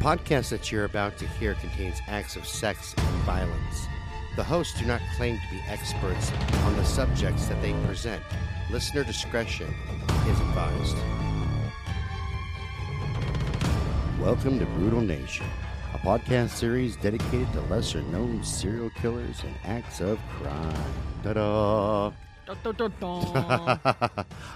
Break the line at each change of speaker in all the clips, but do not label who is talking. podcast that you're about to hear contains acts of sex and violence. The hosts do not claim to be experts on the subjects that they present. Listener discretion is advised. Welcome to Brutal Nation, a podcast series dedicated to lesser known serial killers and acts of crime. Ta da! I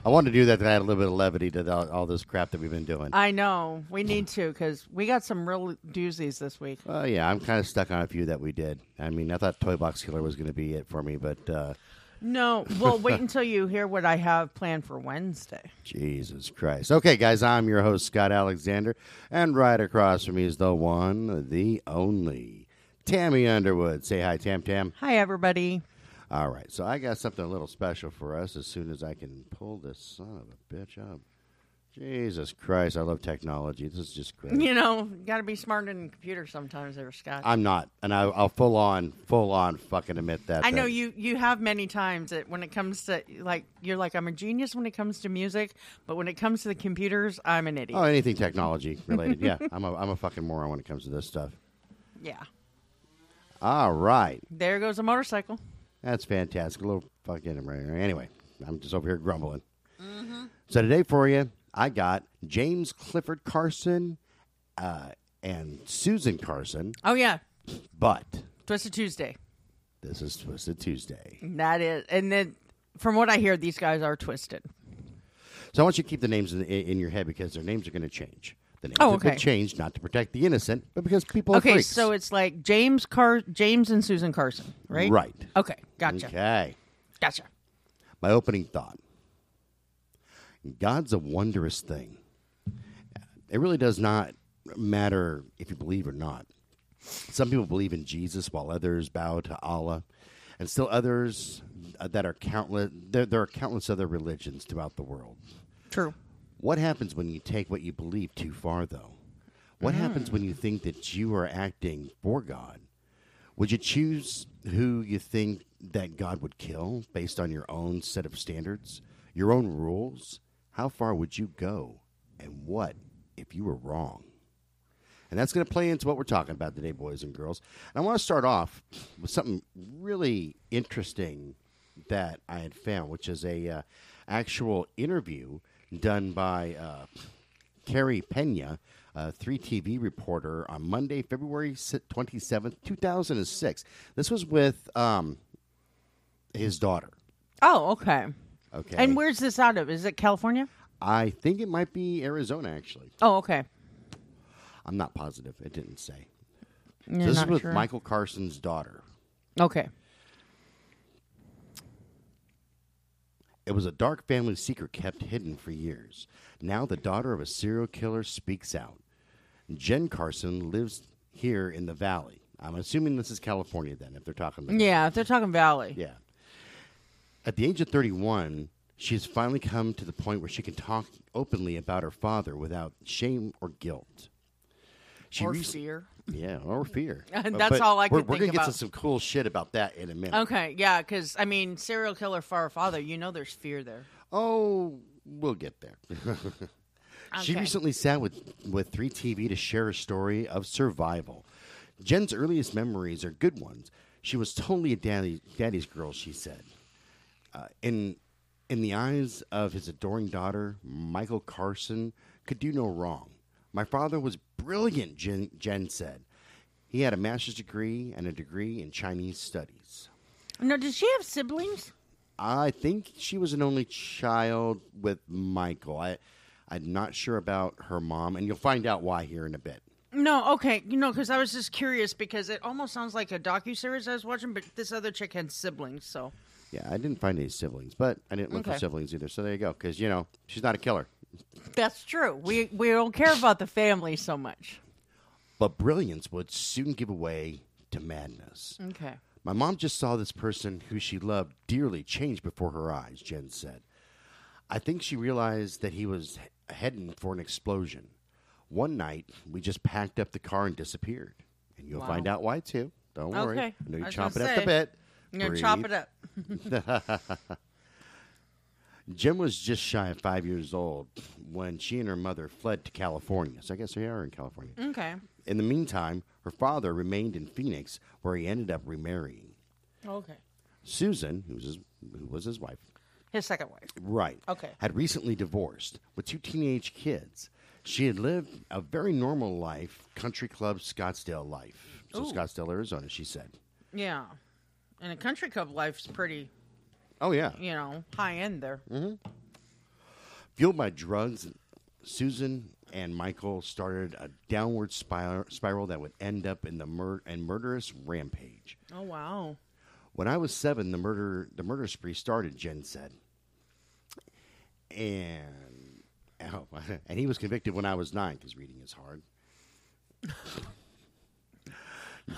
wanted to do that to add a little bit of levity to the, all this crap that we've been doing.
I know. We need to because we got some real doozies this week.
Well, yeah, I'm kind of stuck on a few that we did. I mean, I thought Toy Box Killer was going to be it for me, but uh,
No, well, wait until you hear what I have planned for Wednesday.
Jesus Christ. Okay, guys, I'm your host, Scott Alexander, and right across from me is the one, the only, Tammy Underwood. Say hi, Tam Tam.
Hi, everybody.
All right, so I got something a little special for us as soon as I can pull this son of a bitch up. Jesus Christ, I love technology. This is just great.
You know, got to be smart in computer sometimes, there, Scott. I,
I'm not, and I, I'll full on, full on fucking admit that.
know
that-
you. You have many times that when it comes to like you're like I'm a genius when it comes to music, but when it comes to the computers, I'm an idiot.
Oh, anything technology related. yeah, I'm a, I'm a fucking moron when it comes to this stuff.
yeah,
All right.
there goes a motorcycle.
That's fantastic. A little fucking anyway. I'm just over here grumbling.
Mm-hmm.
So today for you, I got James Clifford Carson uh, and Susan Carson,
Oh yeah,
but
Twisted Tuesday.
this is Twisted Tuesday.
That is, and then from what I hear, these guys are twisted.
So I want you to keep the names in, in your head because their names are going to change. The names
Oh,
have been
okay.
changed not to protect the innocent, but because people are
Okay,
freaks.
so it's like James Car James and Susan Carson, right?
Right.
Okay, gotcha.
Okay.
Gotcha.
My opening thought God's a wondrous thing. It really does not matter if you believe or not. Some people believe in Jesus while others bow to Allah, and still others uh, that are countless, there, there are countless other religions throughout the world.
True.
What happens when you take what you believe too far, though? What happens when you think that you are acting for God? Would you choose who you think that God would kill based on your own set of standards, your own rules? How far would you go? And what if you were wrong? And that's going to play into what we're talking about today, boys and girls. And I want to start off with something really interesting that I had found, which is a uh, actual interview done by uh, Carrie Pena, a 3TV reporter, on Monday, February si- 27th, 2006. This was with um, his daughter.
Oh, okay.
Okay.
And where's this out of? Is it California?
I think it might be Arizona, actually.
Oh, okay.
I'm not positive. It didn't say.
You're
So this is
not
with
sure.
Michael Carson's daughter.
Okay.
It was a dark family secret kept hidden for years. Now the daughter of a serial killer speaks out. Jen Carson lives here in the valley. I'm assuming this is California then, if they're talking about
Yeah, if they're talking Valley.
Yeah. At the age of 31, she has finally come to the point where she can talk openly about her father without shame or guilt. She
Or
rec-
fear.
Yeah, or fear.
That's all I
we're,
could
We're gonna
think
get to
about.
some cool shit about that in a minute.
Okay, yeah, because I mean, serial killer for a father, you know, there's fear there.
Oh, we'll get there. She
Okay.
recently sat with, with 3TV to share a story of survival. Jen's earliest memories are good ones. She was totally a daddy, daddy's girl, she said. Uh, in, in the eyes of his adoring daughter, Michael Carson could do no wrong. My father was brilliant, Jen, Jen said. He had a master's degree and a degree in Chinese studies.
No, does she have siblings?
I think she was an only child with Michael. I, I'm not sure about her mom, and you'll find out why here in a bit.
No, okay, you know, because I was just curious because it almost sounds like a docu series I was watching, but this other chick had siblings, so
Yeah, I didn't find any siblings, but I didn't look for
Okay.
siblings either. So there you go, because you know she's not a killer.
that's true. We we don't care about the family so much.
But brilliance would soon give way to madness.
Okay.
My mom just saw this person who she loved dearly change before her eyes, Jen said. I think she realized that he was he- heading for an explosion. One night, we just packed up the car and disappeared. And you'll
Wow.
find out why, too. Don't worry.
Okay.
I know you're
I was
chomping
gonna
at the
say.
bit.
I'm gonna chop
Breathe.
it up.
Jen was just shy of five years old when she and her mother fled to California. So I guess they are in California.
Okay.
In the meantime, her father remained in Phoenix, where he ended up remarrying.
Okay.
Susan, who was his, who was his wife,
His second wife.
Right.
Okay.
Had recently divorced with two teenage kids. She had lived a very normal life, country club Scottsdale life. So
Ooh.
Scottsdale, Arizona, she said.
Yeah. And a country club life's pretty,
Oh yeah.
you know, high end there.
Fueled by drugs, Susan and Michael started a downward spiral, spiral that would end up in the mur- and murderous rampage.
Oh wow.
When I was seven, the murder the murder spree started. Jen said, and oh, and he was convicted when I was nine because reading is hard.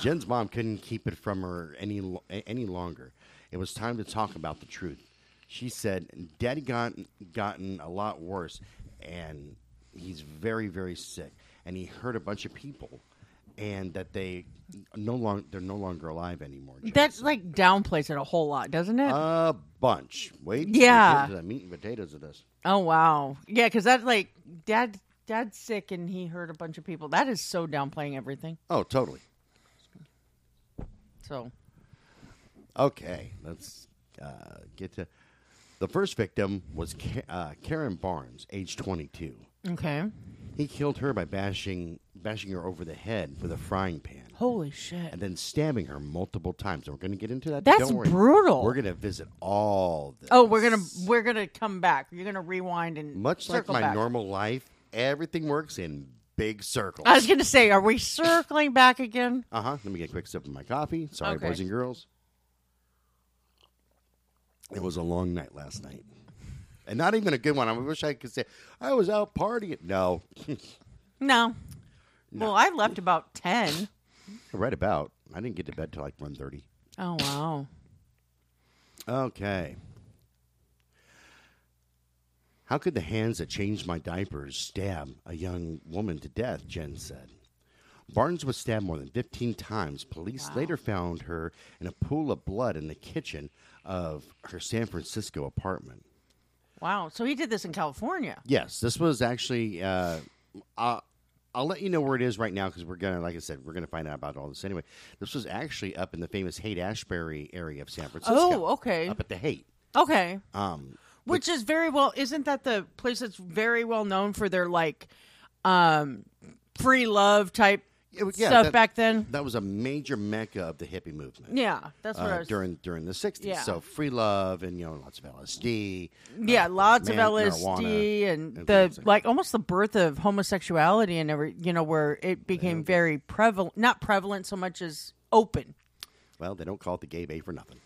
Jen's mom couldn't keep it from her any lo- a- any longer. It was time to talk about the truth. She said, "Daddy got gotten a lot worse, and he's very very sick. And he hurt a bunch of people, and that they no long they're no longer alive anymore." Jen
That like downplays it a whole lot, doesn't it?
a bunch. Wait, till
Yeah.
we get to the meat and potatoes of this.
oh wow. Yeah, because that like dad dad's sick and he hurt a bunch of people. That is so downplaying everything.
Oh, totally.
So
Okay, let's uh, get to the first victim was Ka- uh, Karen Barnes, age 22.
okay.
He killed her by bashing bashing her over the head with a frying pan.
Holy shit.
And then stabbing her multiple times. And we're going to get into that.
That's
Don't worry.
brutal.
We're going to visit all this.
Oh, we're gonna we're gonna come back. You're gonna rewind and
Much like
circle
my
back.
normal life, everything works in big circles.
I was gonna say, are we circling back again?
Uh huh. Let me get a quick sip of my coffee. Sorry,
Okay.
boys and girls. It was a long night last night. And not even a good one. I wish I could say, I was out partying. No,
No. Well, I left about ten.
right about. I didn't get to bed till like 1.30.
Oh wow.
Okay. How could the hands that changed my diapers stab a young woman to death? Jen said. Barnes was stabbed more than 15 times. Police later found her in a pool of blood in the kitchen of her San Francisco apartment.
Wow. So he did this in California.
Yes, this was actually. Uh, I'll, I'll let you know where it is right now because we're gonna, like I said, we're gonna find out about all this anyway. This was actually up in the famous Haight Ashbury area of San Francisco.
Oh, okay.
Up at the Haight.
Okay.
Um,
Which is very well isn't that the place that's very well known for their like um free love type
it was- yeah,
stuff
that-
back then?
That was a major mecca of the hippie movement.
Yeah, that's what I
Uh,
was
during during the '60s,
Yeah.
so free love and you know lots of LSD.
Yeah, lots
uh, man-
of LSD
marijuana,
and
and
the
things like
like almost the birth of homosexuality and every you know where it became very prevalent, not prevalent so much as open.
Well, they don't call it the gay bay for nothing.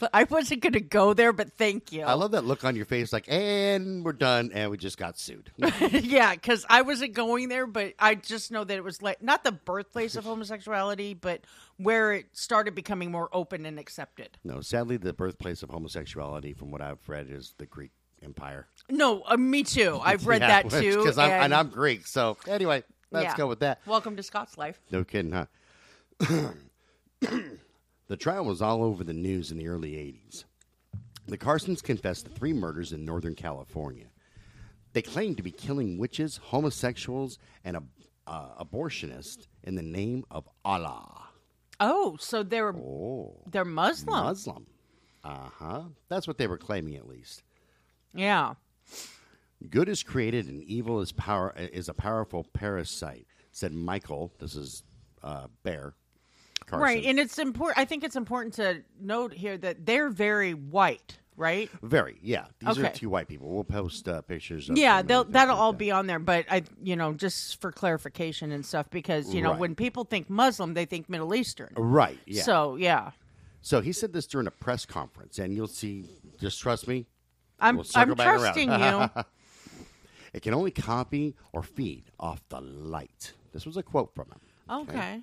But I wasn't going to go there, but thank you.
I love that look on your face, like, and we're done, and we just got sued.
yeah, because I wasn't going there, but I just know that it was like not the birthplace of homosexuality, but where it started becoming more open and accepted.
No, sadly, the birthplace of homosexuality, from what I've read, is the Greek Empire.
No, uh, me too. I've read that too.
because I'm, and
and-
I'm Greek. So anyway, let's
yeah.
go with that.
Welcome to Scott's life.
No kidding, huh? the trial was all over the news in the early '80s. The Carsons confessed to three murders in Northern California. They claimed to be killing witches, homosexuals, and ab- uh, abortionists in the name of Allah.
Oh, so they were
Oh,
they're Muslim.
Muslim. Uh huh. That's what they were claiming, at least.
yeah.
Good is created and evil is power is a powerful parasite," said Michael. This is uh, Bear. Carson.
Right, and it's important. I think it's important to note here that they're very white, right?
Very. Yeah. These are
Okay.
two white people. We'll post uh, pictures. Of
Yeah,
them
they'll,
and things
that'll
like
all
that.
be on there. But I, you know, just for clarification and stuff, because you know,
Right.
when people think Muslim, they think Middle Eastern.
right. Yeah. So,
So Oh, yeah,
so he said this during a press conference, and you'll see. Just trust me.
I'm
We'll circle
I'm
back around.
trusting you.
It can only copy or feed off the light. This was a quote from him.
Okay.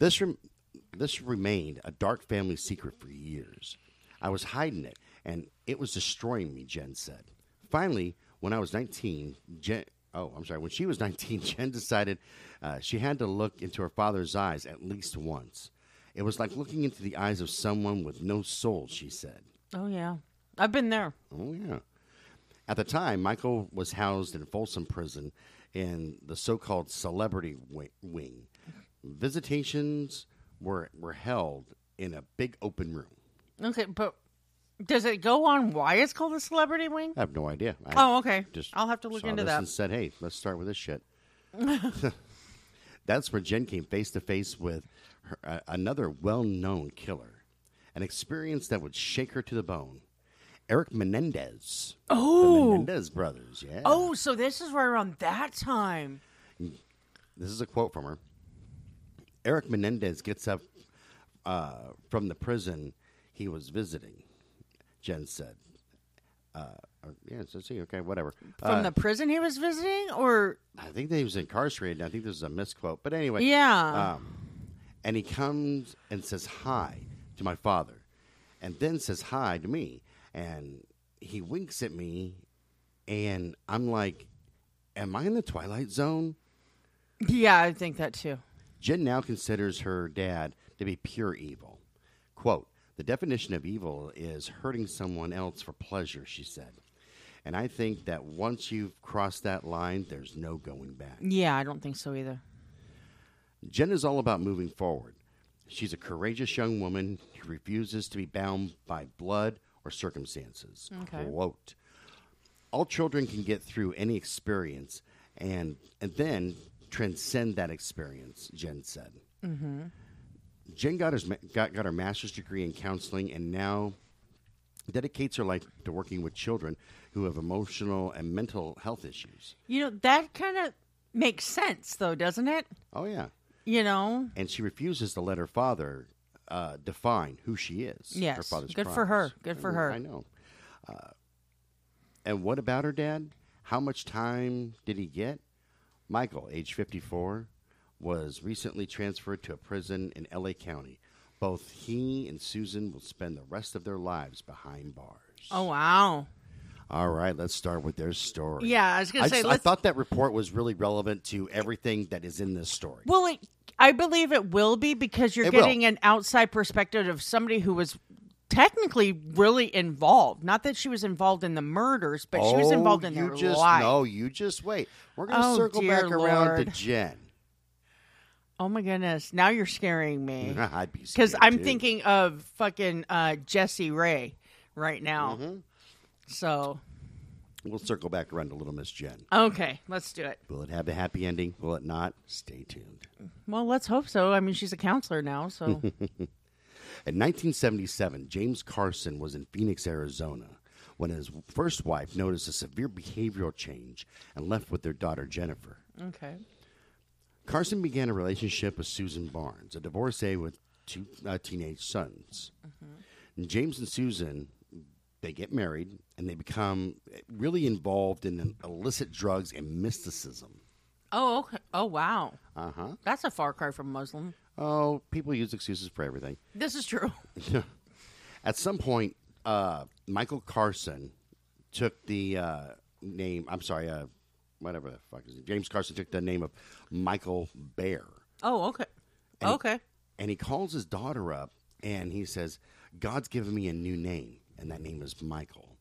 This rem- this remained a dark family secret for years. I was hiding it, and it was destroying me. Jen said. Finally, when I was nineteen, Jen. Oh, I'm sorry. When she was 19, Jen decided uh, she had to look into her father's eyes at least once. It was like looking into the eyes of someone with no soul, she said.
Oh yeah, I've been there.
Oh, yeah. At the time, Michael was housed in Folsom Prison in the so-called celebrity wi- wing. Visitations were were held in a big open room.
Okay, but does it go on why it's called the celebrity wing?
I have no idea. I
Oh, okay.
just
I'll have to look
saw
into
this
that.
And said, "Hey, let's start with this shit." That's where Jen came face to face with her, uh, another well-known killer, an experience that would shake her to the bone. Eric Menendez.
Oh.
the Menendez brothers. Yeah.
Oh, so this is right around that time.
This is a quote from her. Eric Menendez gets up uh, from the prison he was visiting. Jen said, uh, or- "Yeah, so see, okay, whatever."
From
Uh,
the prison he was visiting, or
I think that he was incarcerated. I think this is a misquote, but anyway, uh,
yeah,
and he comes and says hi to my father, and then says hi to me, and he winks at me, and I'm like, "Am I in the Twilight Zone?"
yeah, I think that too.
Jen now considers her dad to be pure evil. Quote, the definition of evil is hurting someone else for pleasure, she said. And I think that once you've crossed that line, there's no going back.
Yeah, I don't think so either.
Jen is all about moving forward. She's a courageous young woman who refuses to be bound by blood or circumstances.
Okay.
Quote. All children can get through any experience and, and then transcend that experience, Jen said. Mm-hmm. Jen got, his, ma- got, got her master's degree in counseling and now dedicates her life to working with children who have emotional and mental health issues.
You know that kind of makes sense, though, doesn't it?
Oh, yeah.
You know,
and she refuses to let her father uh, define who she is.
Yes.
her father's
Good for her.
crimes.
Good for her.
I know. Uh, and what about her dad? How much time did he get? Michael, age 54, was recently transferred to a prison in L.A. County. Both he and Susan will spend the rest of their lives behind bars.
oh wow,
All right, let's start with their story.
yeah. I was gonna
I,
say,
just- I
let's,
thought that report was really relevant to everything that is in this story.
well, it, I believe it will be because you're
It will.
getting an outside perspective of somebody who was technically really involved. Not that she was involved in the murders, but she was
Oh,
involved in
you
their
just,
life.
No, you just wait. We're going to
Oh,
circle
dear
back around to
Lord.
Jen.
Oh my goodness, now you're scaring me.
I'd be
Because
scared,
Eh. I'm
too.
thinking of fucking uh, Jesse Ray right now.
Mm-hmm.
So,
we'll circle back around to Little Miss Jen.
okay, let's do it.
Will it have a happy ending? Will it not? Stay tuned.
Well, let's hope so. I mean, she's a counselor now, so.
In 1977, James Carson was in Phoenix, Arizona, when his first wife noticed a severe behavioral change and left with their daughter Jennifer.
okay.
Carson began a relationship with Susan Barnes, a divorcee with two uh, teenage sons. And James and Susan, they get married and they become really involved in illicit drugs and mysticism.
Oh, okay. Oh, wow.
Uh huh.
That's a far cry from Muslim.
Oh, people use excuses for everything.
This is true.
At some point, uh, Michael Carson took the uh, name. I'm sorry, uh, whatever the fuck is it. James Carson took the name of Michael Bear.
Oh, okay. Okay.
and he calls his daughter up and he says, God's given me a new name, and that name is Michael.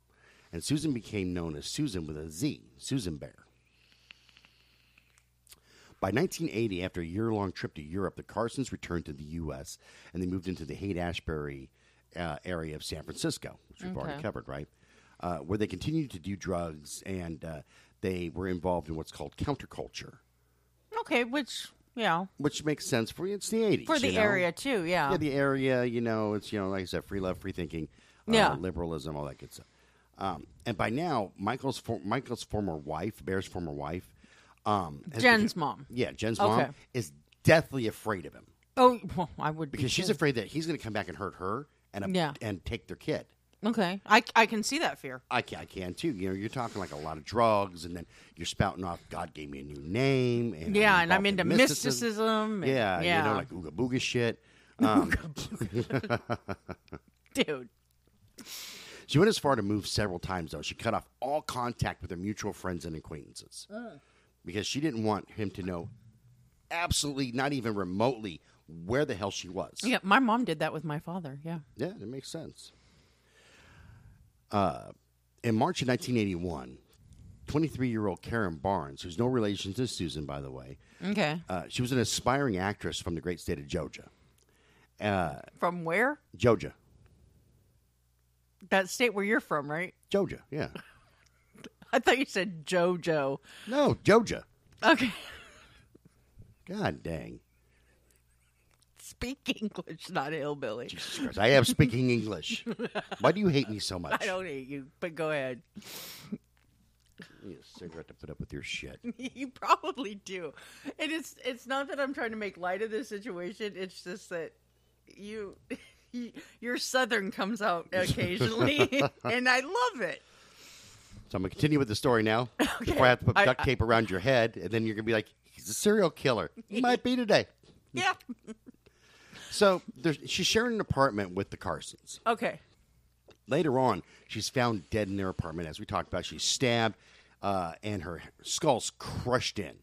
And Susan became known as Susan with a Z, Susan Bear. By 1980, after a year long trip to Europe, the Carsons returned to the U.S. and they moved into the Haight Ashbury uh, area of San Francisco, which we've already
Okay.
covered, right? Uh, where they continued to do drugs and uh, they were involved in what's called counterculture,
Okay, which, yeah,
which makes sense for it's the 80s.
for the
you know?
area, too, yeah.
yeah, the area, you know, it's, you know, like I said, free love, free thinking, uh,
Yeah.
liberalism, all that good stuff. Um, and by now, Michael's for, Michael's former wife, Bear's former wife, um, has
Jen's
become-
mom.
yeah, Jen's
Okay.
mom is deathly afraid of him
Oh, well, I would be.
because she's
too.
afraid that he's going to come back and hurt her and uh,
Yeah.
and take their kid.
Okay. I, I can see that fear.
I can, I can too. You know, you're talking like a lot of drugs, and then you're spouting off. God gave me a new name, and
Yeah, and I'm
involved
into
in
mysticism. and-
Yeah,
yeah.
you know, like ooga booga shit. Um,
Dude.
She went as far to move several times, though. She cut off all contact with her mutual friends and acquaintances because she didn't want him to know absolutely, not even remotely, where the hell she was.
Yeah, my mom did that with my father. Yeah.
Yeah, that makes sense. Uh, in March of 1981, 23 year old Karen Barnes, who's no relation to Susan, by the way,
Okay.
uh, she was an aspiring actress from the great state of Georgia. Uh,
From where?
Georgia.
That state where you're from, right?
Georgia, yeah.
I thought you said JoJo.
No, Georgia.
Okay.
God dang.
Speak English, not hillbilly.
Jesus Christ. I am speaking English. Why do you hate me so much?
I don't hate you, but go ahead.
I need a cigarette to put up with your shit.
you probably do. And it's it's not that I'm trying to make light of this situation. It's just that you, you your southern comes out occasionally, and I love it.
So I'm gonna continue with the story now. Before I have to put
I-
duct tape around your head, and then you're gonna be like, "He's a serial killer." He might be today.
Yeah.
So there's, she's sharing an apartment with the Carsons.
Okay.
Later on, she's found dead in their apartment. As we talked about, she's stabbed, uh, and her skull's crushed in,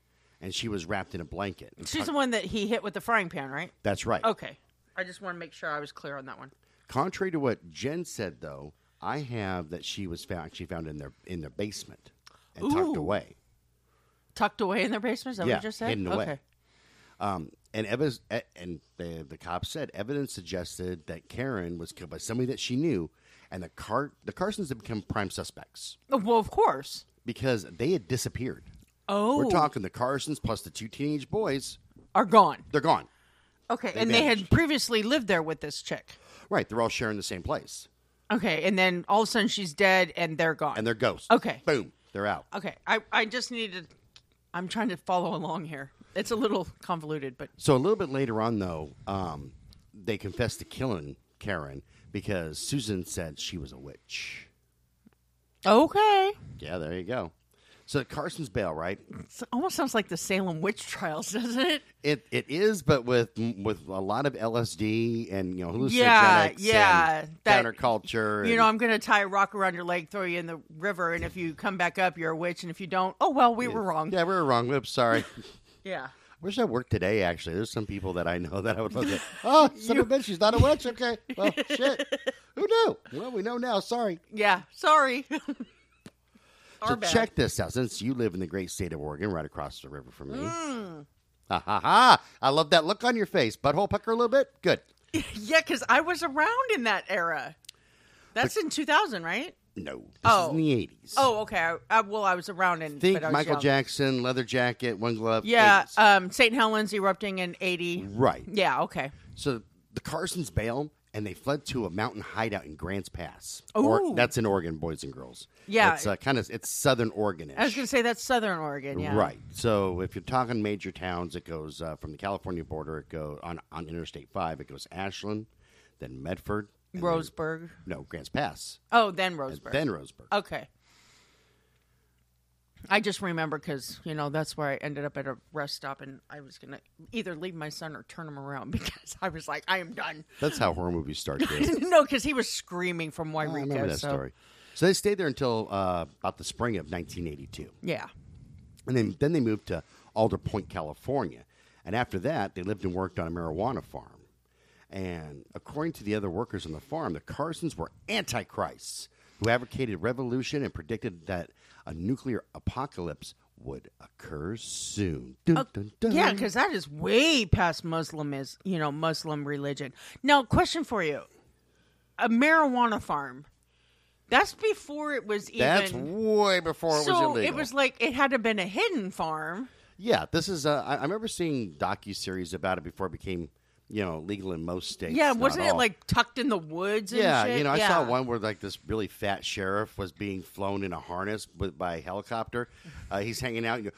and she was wrapped in a blanket.
She's the one that he hit with the frying pan, right?
That's right.
Okay. I just want to make sure I was clear on that one.
Contrary to what Jen said, though, I have that she was found. She found in their in their basement and tucked
Ooh.
away.
Tucked away in their basement. Is that
yeah,
what you just said?
hidden
okay.
away. Um, and evidence, eh, and the the cops said evidence suggested that Karen was killed by somebody that she knew, and the car the Carsons had become prime suspects
Oh, Well, of course.
because they had disappeared.
Oh,
We're talking the Carsons plus the two teenage boys.
are gone.
They're gone.
Okay, and they had
vanished.
previously lived there with this chick.
Right. They're all sharing the same place,
Okay, and then all of a sudden she's dead and they're gone.
and they're ghosts.
Okay.
Boom. They're out.
okay, I, I just needed. I'm trying to follow along here. It's a little convoluted, but
So a little bit later on, though, um, they confessed to killing Karen because Susan said she was a witch.
okay.
Yeah, there you go. So Carson's bail, right?
It almost sounds like the Salem witch trials, doesn't it?
It it is, but with with a lot of LSD and you know hallucinogenics,
Yeah, yeah,
and
that-
counterculture.
You
and-
know, I'm going to tie a rock around your leg, throw you in the river, and if you come back up, you're a witch, and if you don't, oh well, we were wrong.
yeah, we were wrong. Oops, sorry.
yeah.
Wish I worked today. Actually, there's some people that I know that I would look at. Oh, son of a bitch, she's not a witch. Okay, well, shit. Who knew? Well, we know now. Sorry.
Yeah, sorry. Our
so
bad.
check this out. Since you live in the great state of Oregon, right across the river from me.
Mm.
Ha ha ha! I love that look on your face. Butthole pucker a little bit. Good.
Yeah, because I was around in that era. That's in 2000, right?
No, this
Oh.
is in the '80s.
Oh, okay. I, I, well, I was around in.
Think
but I was
Michael
young.
Jackson, leather jacket, one glove.
Yeah,
80s.
um, St. Helens erupting in 80.
Right.
Yeah, okay.
So the Carsons bail and they fled to a mountain hideout in Grants Pass.
Ooh.
that's in Oregon, boys and girls.
Yeah.
It's uh, kind of it's southern Oregon.
I was going to say that's Southern Oregon, yeah.
Right. So if you're talking major towns, it goes uh, from the California border. It goes on on Interstate Five. It goes Ashland, then Medford, and then-
Roseburg.
no, Grants Pass,
Oh, then Roseburg.
then Roseburg.
okay. I just remember because, you know, that's where I ended up at a rest stop and I was going to either leave my son or turn him around because I was like, I am done.
That's how horror movies start. Dave.
no, because he was screaming from
Oh, I
Wairika.
remember that
so,
story. So they stayed there until uh, about the spring of 1982.
Yeah.
And then, then they moved to Alder Point, California. And after that, they lived and worked on a marijuana farm. And according to the other workers on the farm, the Carsons were antichrists who advocated revolution and predicted that a nuclear apocalypse would occur soon. Dun, dun, dun.
Oh, Yeah, because that is way past Muslim is you know Muslim religion. Now, question for you: a marijuana farm. That's before it was even.
That's way before it was
so
illegal.
it was like it had to been a hidden farm.
yeah, this is. Uh, I, I remember seeing docu series about it before it became, you know, legal in most states.
Yeah,
not
wasn't it
all.
like tucked in the woods? And
Yeah,
shit?
you know, I
Yeah.
saw one where like this really fat sheriff was being flown in a harness with, by a helicopter. Uh, he's hanging out, and, you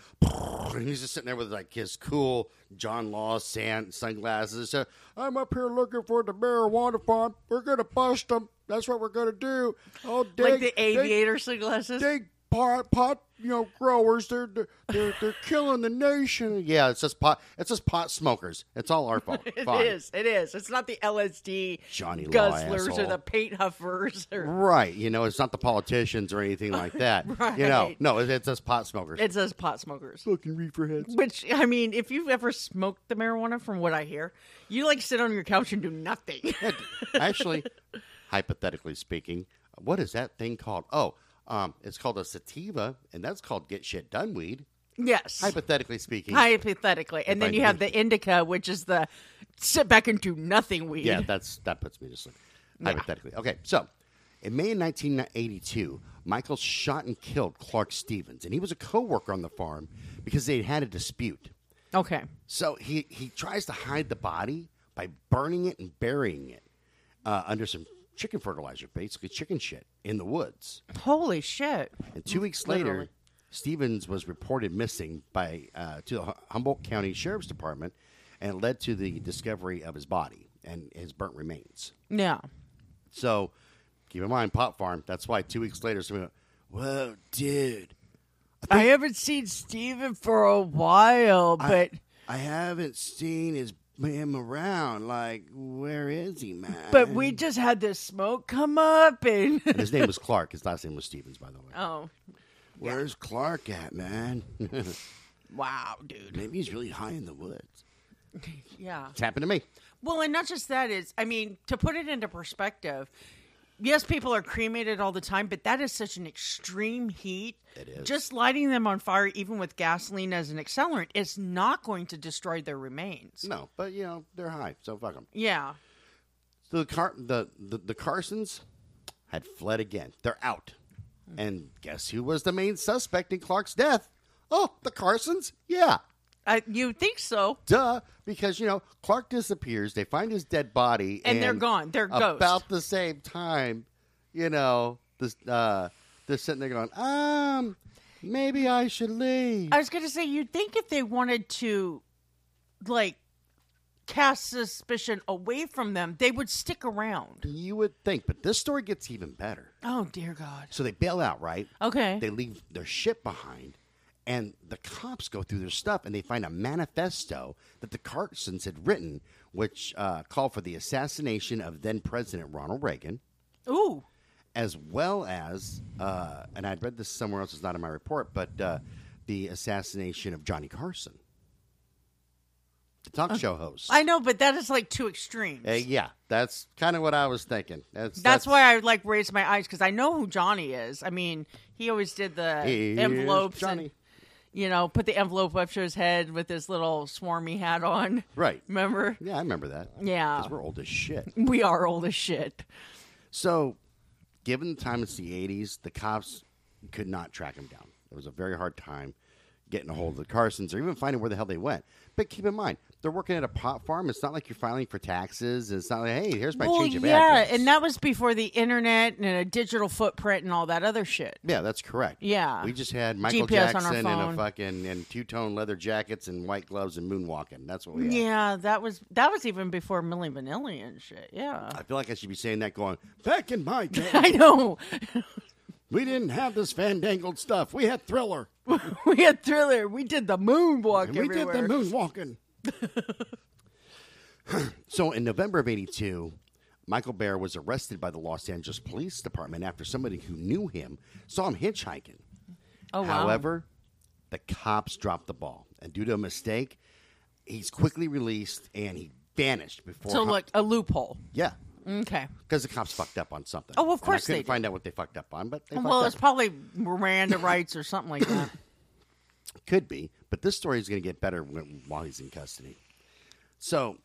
and he's just sitting there with like his cool John Law sand sunglasses. So, I'm up here looking for the marijuana farm. We're gonna bust them. That's what we're gonna do. Oh, dig,
like the
dig,
aviator sunglasses.
dig pot pot. You know, growers. They're they're they're killing the nation. Yeah, it's just pot. It's just pot smokers. It's all our fault.
It
Fine.
is. It is. It's not the LSD
Johnny Law
guzzlers or
asshole.
the paint huffers. Or
Right. You know, it's not the politicians or anything like that. You know,
Right.
no, it's, it's us pot smokers.
it says pot smokers.
fucking reefer heads.
Which I mean, if you've ever smoked the marijuana, from what I hear, you like sit on your couch and do nothing.
Actually, hypothetically speaking, what is that thing called? Oh, Um, it's called a sativa, and that's called get shit done weed.
Yes.
Hypothetically speaking,
Hypothetically. And then
I
you
knew.
have the indica, which is the sit back and do nothing weed.
yeah, that's that puts me to sleep. Hypothetically, okay. So, in May of 1982, Michael shot and killed Clark Stevens, and he was a co-worker on the farm because they had a dispute.
Okay.
So he, he tries to hide the body by burning it and burying it uh, under some chicken fertilizer, basically chicken shit, in the woods.
Holy shit.
And two weeks later,
Literally.
Stevens was reported missing by uh, to the Hu- Humboldt County Sheriff's Department, and it led to the discovery of his body and his burnt remains.
Yeah.
So keep in mind, Pop Farm. That's why two weeks later, someone went, "Whoa, dude,
I haven't seen Steven for a while, but
I haven't seen his him around. Like, where is he, man?"
but we just had this smoke come up and
And his name was Clark. His last name was Stevens, by the way.
Oh.
Where's Clark at, man?
Wow, dude.
Maybe he's really high in the woods.
Yeah.
It's happened to me.
Well, and not just that is, I mean, to put it into perspective, yes, people are cremated all the time, but that is such an extreme heat.
It is.
Just lighting them on fire, even with gasoline as an accelerant, is not going to destroy their remains.
No, but you know they're high, so fuck them.
Yeah.
So the car, the, the the Carsons had fled again. They're out, and guess who was the main suspect in Clark's death? Oh, the Carsons. Yeah,
I, you'd think so.
duh. Because you know Clark disappears. They find his dead body,
And they're gone. They're
about
ghosts.
the same time. You know this. Uh, they're sitting there going, um, maybe I should leave.
I was going to say, you'd think if they wanted to, like, cast suspicion away from them, they would stick around.
You would think, but this story gets even better.
Oh, dear God.
So they bail out, right?
Okay.
They leave their shit behind, and the cops go through their stuff and they find a manifesto that the Carsons had written, which uh, called for the assassination of then President Ronald Reagan,
Ooh.
as well as, uh, and I'd read this somewhere else, it's not in my report, but uh, the assassination of Johnny Carson, the talk show host.
I know, but that is like two extremes.
Uh, yeah, that's kind of what I was thinking. That's,
That's, why I like raised my eyes because I know who Johnny is. I mean, he always did the
Here's
envelopes,
Johnny.
and you know, put the envelope up to his head with his little swarmy hat on.
Right.
Remember?
Yeah, I remember that.
Yeah.
'Cause we're old as shit.
We are old as shit.
So, given the time it's the 80s, the cops could not track him down. It was a very hard time getting a hold of the Carsons or even finding where the hell they went. But keep in mind, they're working at a pot farm. It's not like you're filing for taxes. It's not like, hey, here's my
well,
change of
yeah,
address.
and that was before the internet and a digital footprint and all that other shit.
yeah, that's correct.
Yeah.
We just had Michael
GPS on our
Jackson and a
phone.
fucking and two tone leather jackets and white gloves and moonwalking. That's what we had.
Yeah, that was that was even before Millie Vanilli and shit. Yeah,
I feel like I should be saying that going, back in my day,
I know.
we didn't have this fandangled stuff. We had Thriller.
we had Thriller. We did the moonwalk.
And we did
everywhere.
the moonwalking. so in November of 82, Michael Bear was arrested by the Los Angeles Police Department after somebody who knew him saw him hitchhiking.
Oh, wow.
However, the cops dropped the ball. And due to a mistake, he's quickly released and he vanished before.
So
Hum-
look, a loophole.
Yeah.
Okay.
Because the cops fucked up on something.
Oh, of
And
course
I couldn't
they did.
find out what they fucked up on, but they fucked
Well,
up.
it's probably Miranda rights or something like that.
Could be, but this story is going to get better when, while he's in custody. So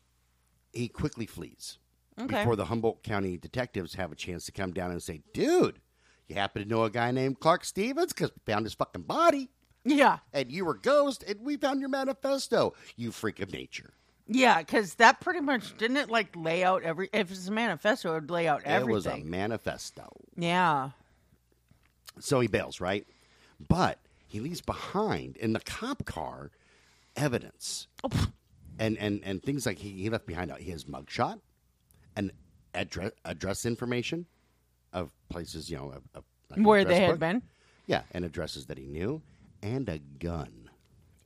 he quickly flees
Okay.
before the Humboldt County detectives have a chance to come down and say, "Dude, you happen to know a guy named Clark Stevens? Because we found his fucking body,
yeah,
and you were ghost, and we found your manifesto. You freak of nature."
yeah, because that pretty much didn't it like lay out every. If it's a manifesto, it would lay out
It was a
everything.
manifesto.
yeah.
So he bails, right? But he leaves behind in the cop car evidence
Oh.
and, and, and things like he, he left behind uh, his mugshot and address, address information of places, you know, of, of like an
Where
address
they had
book.
been
Yeah, and addresses that he knew and a gun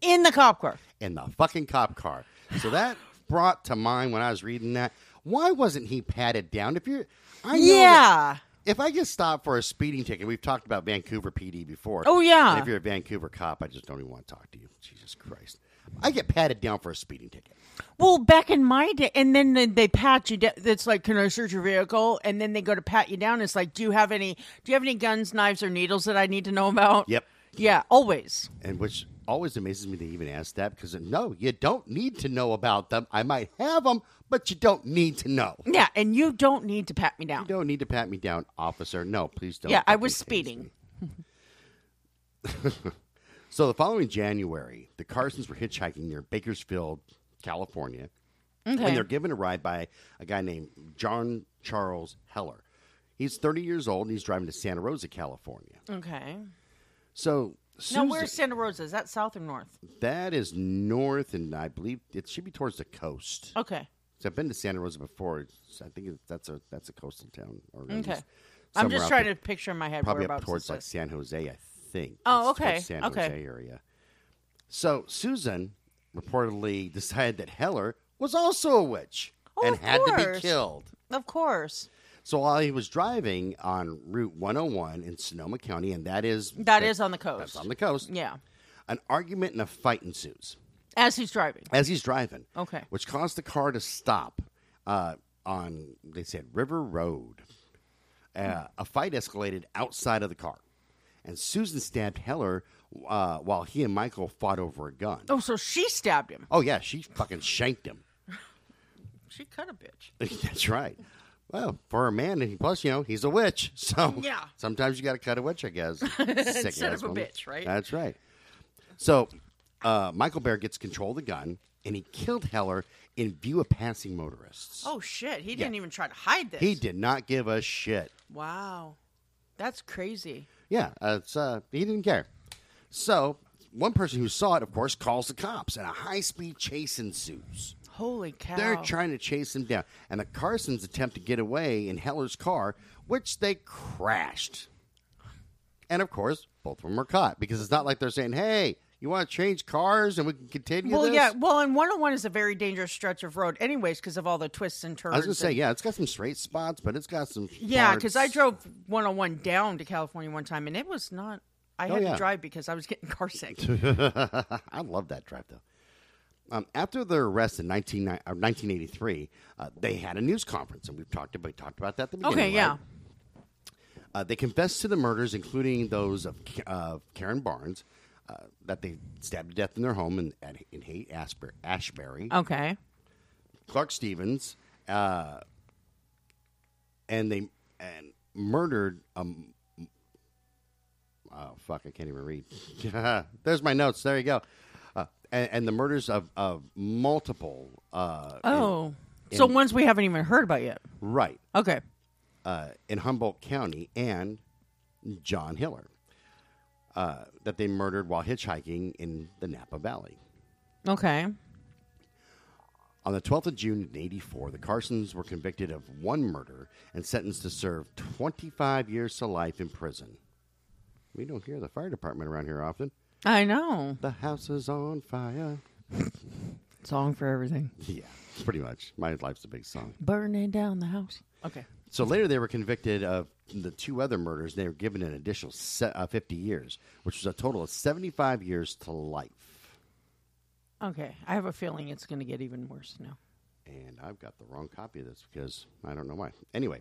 in the cop car.
in the fucking cop car. So that brought to mind when I was reading that. Why wasn't he patted down? If you're, I know that-
Yeah.
if I get stopped for a speeding ticket, we've talked about Vancouver PD before.
Oh, yeah.
And if you're a Vancouver cop, I just don't even want to talk to you. Jesus Christ. I get patted down for a speeding ticket.
Well, back in my day, and then they- they pat you down. It's like, can I search your vehicle? And then they go to pat you down. It's like, do you have any? Do you have any guns, knives, or needles that I need to know about?
Yep.
Yeah, always.
And which always amazes me they even ask that because no, you don't need to know about them. I might have them, but you don't need to know.
Yeah, and you don't need to pat me down.
You don't need to pat me down, officer. No, please don't.
yeah, I
fucking
was
tase me.
speeding.
So the following January, the Carsons were hitchhiking near Bakersfield, California, and they're given a ride by a guy named John Charles Heller. He's 30 years old and he's driving to Santa Rosa, California.
Okay.
So
Now,
Susan,
where's Santa Rosa? Is that south or north?
that is north, and I believe it should be towards the coast.
Okay.
So I've been to Santa Rosa before. It's- I think it- that's a that's a coastal town. Or at
Okay.
least
I'm
somewhere
just
up
trying
there.
to picture in my head
probably up
whereabouts
towards
this
like
is.
San Jose, I think.
Oh,
It's towards
okay,
San
okay.
Jose area. So Susan reportedly decided that Heller was also a witch
Oh,
and
of
had to be
course.
killed.
Of course.
So while he was driving on Route 101 in Sonoma County, and that is
That is on the coast.
that's on the coast,
yeah.
an argument and a fight ensues
As he's driving.
as he's driving.
Okay.
Which caused the car to stop uh, on, they said, River Road. Uh, a fight escalated outside of the car. And Susan stabbed Heller uh, while he and Michael fought over a gun.
Oh, so she stabbed him.
Oh, yeah, she fucking shanked him.
She cut a bitch.
That's right. Well, for a man, and plus, you know, he's a witch. So
Yeah.
sometimes you got to cut a witch, I guess. Sick
Instead
ass
of a
woman.
bitch, right?
That's right. So uh, Michael Bear gets control of the gun, and he killed Heller in view of passing motorists.
Oh shit! He didn't even try to hide this.
He did not give a shit.
Wow, that's crazy.
Yeah, uh, it's, uh, he didn't care. So one person who saw it, of course, calls the cops, and a high-speed chase ensues.
Holy cow!
They're trying to chase him down, and the Carsons attempt to get away in Heller's car, which they crashed. And of course, both of them are caught because it's not like they're saying, "Hey, you want to change cars and we can continue
well,
this?"
yeah. Well, and 101 is a very dangerous stretch of road, anyways, because of all the twists and turns.
I was gonna say,
and-
yeah, it's got some straight spots, but it's got some.
yeah, because I
parts.
drove 101 down to California one time, and it was not. I had
Oh, yeah.
to drive because I was getting car sick.
I love that drive though. Um, after their arrest in 19, uh, 1983, uh, they had a news conference, and we've talked about talked about that at the beginning.
okay, yeah.
right? Uh, they confessed to the murders, including those of K- uh, Karen Barnes, uh, that they stabbed to death in their home in, at, in Haight Asper, Ashbury,
Okay.
Clark Stevens, uh, and they and murdered. Um, oh fuck! I can't even read. There's my notes. There you go. Uh, and, and the murders of of multiple. Uh,
Oh, so ones we haven't even heard about yet.
right.
Okay.
uh, in Humboldt County and John Hiller uh, that they murdered while hitchhiking in the Napa Valley.
Okay.
On the 12th of June in 84, the Carsons were convicted of one murder and sentenced to serve 25 years to life in prison. We don't hear the fire department around here often.
I know.
The house is on fire.
Song for everything.
Yeah, pretty much. My life's a big song.
Burning down the house. Okay.
So later they were convicted of the two other murders. They were given an additional se- uh, 50 years, which was a total of 75 years to life.
Okay. I have a feeling it's going to get even worse now.
And I've got the wrong copy of this because I don't know why. Anyway,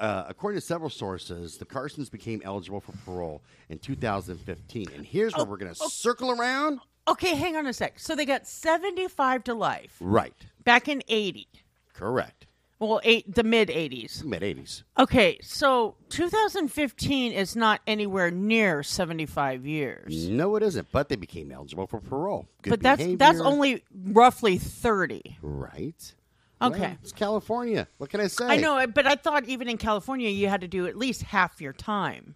uh, according to several sources, the Carsons became eligible for parole in 2015. And here's
Oh,
where we're going to circle around.
Okay, hang on a sec. So they got 75 to life
Right.
back in 80.
Correct.
Well, eight, the mid 80s.
Mid 80s.
Okay, so 2015 is not anywhere near 75 years.
No, it isn't. But they became eligible for parole. Mm, Good
But that's that's
behavior.
only roughly 30.
Right.
Okay.
Well, it's California. What can I say?
I know, but I thought even in California you had to do at least half your time.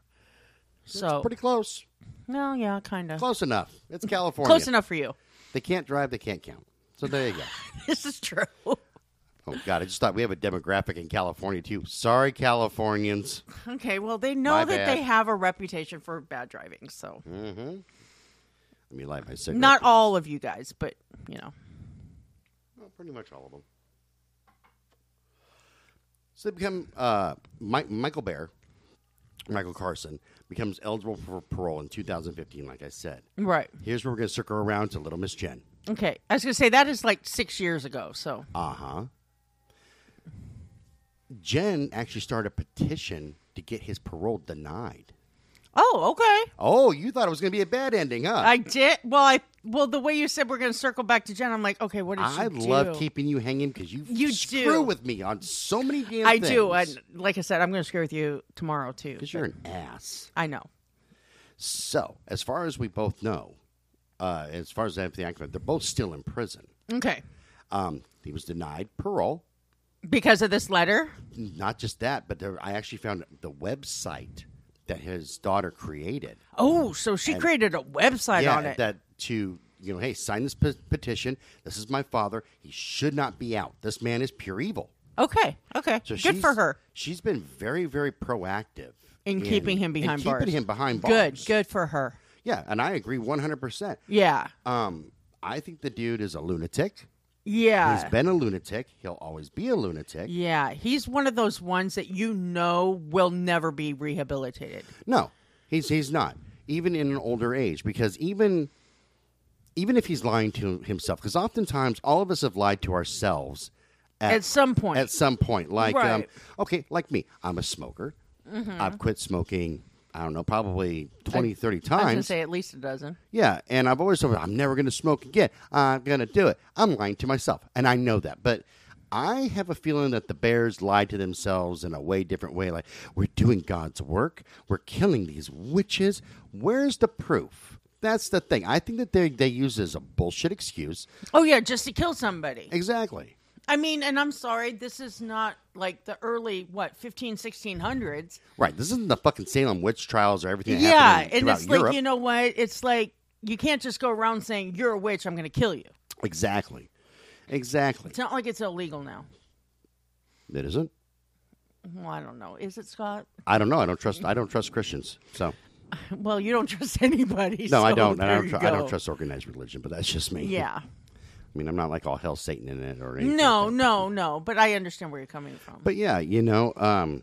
So,
Pretty close.
no, yeah, kind of. Close,
Close enough. It's California.
enough for you.
They can't drive. They can't count. So there you go.
This is true.
Oh God! I just thought we have a demographic in California too. Sorry, Californians.
okay, well, they know
My
that
bad. Mm-hmm.
they have a reputation for bad driving, so
Let me light my cigarette.
not all of you guys, but you know.
Well, Oh, pretty much all of them. So they become uh, Mi- Michael Bear Michael Carson, becomes eligible for parole in 2015, like I said.
Right.
Here's where we're going to circle around to Little Miss Jen.
Okay. I was going to say that is like six years ago. So,
Uh huh. Jen actually started a petition to get his parole denied.
oh, okay.
Oh, you thought it was going to be a bad ending, huh?
I did. Well, I well the way you said we're going to circle back to Jen, I'm like, okay, what did she
I
do?
love keeping you hanging because you,
You
screw
do.
with me on so many damn
I
things.
do. And like I said, I'm going to scare with you tomorrow too.
Because you're an ass.
I know.
So, as far as we both know, uh, as far as Anthony Ackman, they're both still in prison.
Okay.
Um, he was denied parole.
Because of this letter.
Not just that, but there, I actually found the website that his daughter created.
Oh, so she created a website
yeah,
on it.
that to you know, hey, sign this pe- petition. This is my father. He should not be out. This man is pure evil.
okay. Okay.
So
Good for
she's-
her.
She's been very, very proactive
In keeping him behind
in keeping
bars.
him behind bars.
Good. Good for her.
Yeah, and I agree one hundred percent.
Yeah.
Um, I think the dude is a lunatic.
Yeah.
He's been a lunatic. He'll always be a lunatic.
yeah. He's one of those ones that you know will never be rehabilitated.
No, he's he's not. Even in an older age, because even even if he's lying to himself, because oftentimes all of us have lied to ourselves at,
At some point.
At some point, like um,
Right. Mm-hmm.
okay, like me, I'm a smoker. I've quit smoking. I don't know, probably 20, 30
I was gonna
times.
say at least a dozen.
Yeah, and I've always told myself, I'm never going to smoke again. I'm going to do it. I'm lying to myself, and I know that. But I have a feeling that the Bears lied to themselves in a way different way. Like, we're doing God's work. We're killing these witches. Where's the proof? That's the thing. I think that they, they use it as a bullshit excuse.
Oh yeah, just to kill somebody.
Exactly.
I mean, and I'm sorry, this is not like the early what 15, 1600s.
Right. This isn't the fucking Salem witch trials or everything.
Yeah,
happening
and
throughout
it's
Europe.
like you know what? It's like you can't just go around saying you're a witch. I'm going to kill you.
Exactly. Exactly.
It's not like it's illegal now.
It isn't.
Well, I don't know. Is it Scott?
I don't know. I don't trust. I don't trust Christians. So
Well, you don't trust anybody.
no, I
so
don't. I
there
don't.
you
Tr- I don't
go.
trust organized religion. But that's just me.
Yeah.
I mean, I'm not like all hell Satan in it or anything.
No, no, no. But I understand where you're coming from.
But yeah, you know, um,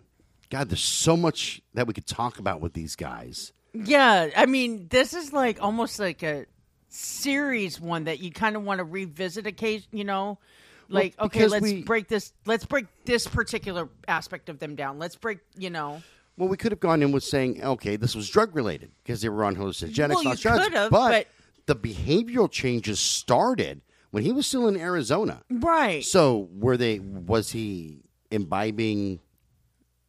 God, there's so much that we could talk about with these guys.
yeah, I mean, this is like almost like a series one that you kind of want to revisit occasion. You know, like okay,
because
let's
we-
break this. Let's break this particular aspect of them down. Let's break. You know.
Well, we could have gone in with saying, okay, this was drug related because they were on hallucinogenics,
Well, you
not drugs.
could have,
but the behavioral changes started when he was still in Arizona.
Right.
So were they? Was he imbibing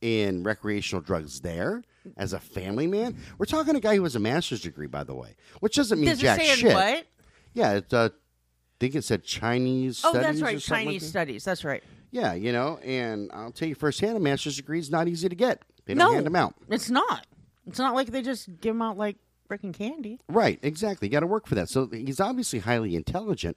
in recreational drugs there as a family man? We're talking a guy who has a master's degree, by the way, which doesn't mean
Does it
jack
say in
shit.
what?
Yeah, it's, uh, I think it said Chinese.
Oh,
studies
that's
or
right.
something like
Chinese
that.
studies. That's right.
Yeah, you know, and I'll tell you firsthand, a master's degree is not easy to get. They don't
no,
hand them out.
It's not. It's not like they just give them out like freaking candy.
Right, exactly. You got to work for that. So he's obviously highly intelligent.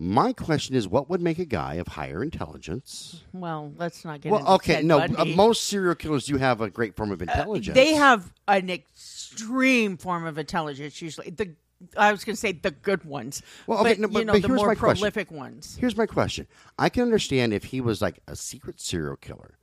My question is, what would make a guy of higher intelligence?
Well, let's not get
Well,
into
okay,
Ted
no.
Bundy. Uh,
uh, most serial killers do have a great form of intelligence.
They have an extreme form of intelligence. Usually, the I was going to say the good ones.
Well, okay,
but,
no, but-
you know
but
the
here's my
more
question.
prolific ones.
Here's my question: I can understand if he was like a secret serial killer.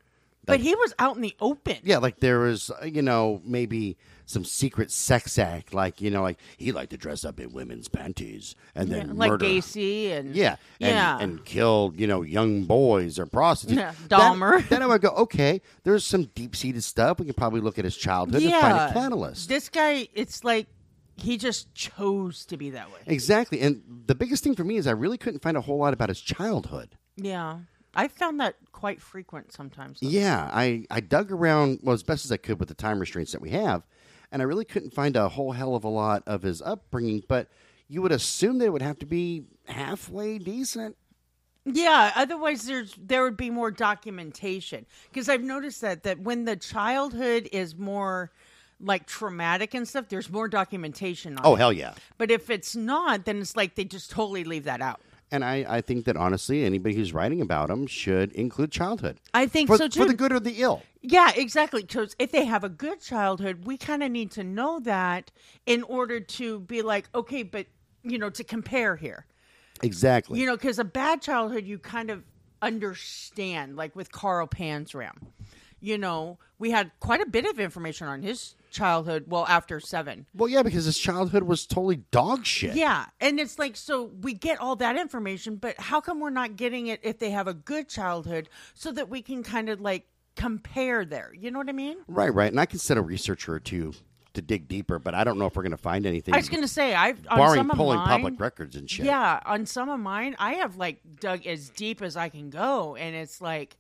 But he was out in the open.
Yeah, like there was, uh, you know, maybe some secret sex act, like you know, like he liked to dress up in women's panties and then
like
murder.
Gacy and
Yeah, and,
yeah.
and killed you know young boys or prostitutes.
Yeah, Dahmer.
That- Then I would go, okay, there's some deep seated stuff. We can probably look at his childhood and find a catalyst.
This guy, it's like he just chose to be that way.
Exactly, and the biggest thing for me is I really couldn't find a whole lot about his childhood.
Yeah, I found that quite frequent sometimes. though.
Yeah, I, I dug around well as best as I could with the time restraints that we have, and I really couldn't find a whole hell of a lot of his upbringing. But you would assume that it would have to be halfway decent.
Yeah, otherwise there's there would be more documentation because I've noticed that that when the childhood is more like traumatic and stuff, there's more documentation on.
Oh
it.
hell yeah!
But if it's not, then it's like they just totally leave that out.
And I, I think that honestly, anybody who's writing about him should include childhood
I think
for,
so too.
for the good or the ill.
yeah, exactly. Because if they have a good childhood, we kind of need to know that in order to be like, okay, but you know, to compare here.
Exactly.
You know, because a bad childhood, you kind of understand, like with Carl Panzram. you know, we had quite a bit of information on his childhood. Well, after seven.
Well, yeah, because his childhood was totally dog shit.
Yeah. And it's like, so we get all that information, but how come we're not getting it if they have a good childhood so that we can kind of like compare there? You know what I mean?
Right, right. And I can send a researcher or two to dig deeper, but I don't know if we're going to find anything.
I was going to say, I've, on
barring
some of
pulling
mine-
public records and shit.
Yeah, on some of mine, I have like dug as deep as I can go, and it's like,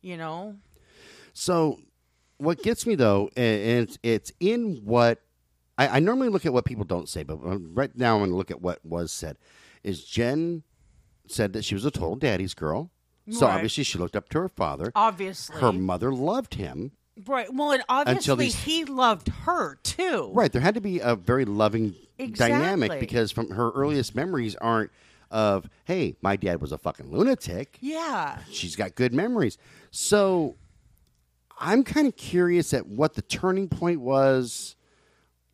you know,
So, what gets me though, a- and it's, it's in what I, I normally look at what people don't say, but um, right now I'm going to look at what was said. Is Jen said that she was a total daddy's girl, so
Right.
obviously she looked up to her father.
obviously,
Her mother loved him.
right? Well, and obviously
these-
he loved her too,
Right. There had to be a very loving dynamic
Exactly.
because from her earliest memories aren't of, hey, my dad was a fucking lunatic.
Yeah,
She's got good memories. So I'm kind of curious at what the turning point was.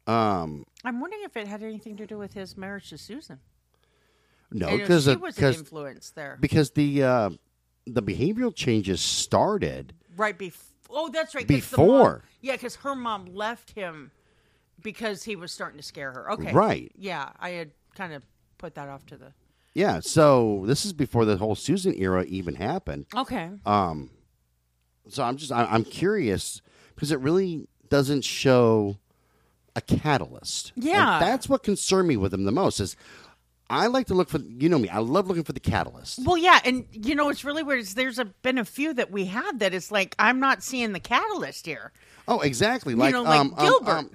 Um,
I'm wondering if it had anything to do with his marriage to Susan.
no,
And if
because
she was an
because
influence there,
because the uh, the behavioral changes started.
right before. Oh, that's right. 'cause the mom-
Before.
yeah, because her mom left him because he was starting to scare her. Okay,
Right.
Yeah, I had kind of put that off to the.
Yeah. So this is before the whole Susan era even happened.
Okay.
Um, so I'm just I- I'm curious because it really doesn't show a catalyst. And
Yeah.
that's what concerned me with him the most. Is I like to look for you know me. I love looking for the catalyst.
Well, yeah, and you know it's really weird. Is there's a, been a few that we had that it's like I'm not seeing the catalyst here.
Oh, exactly. Like,
know, like
um, um,
Gilbert.
um,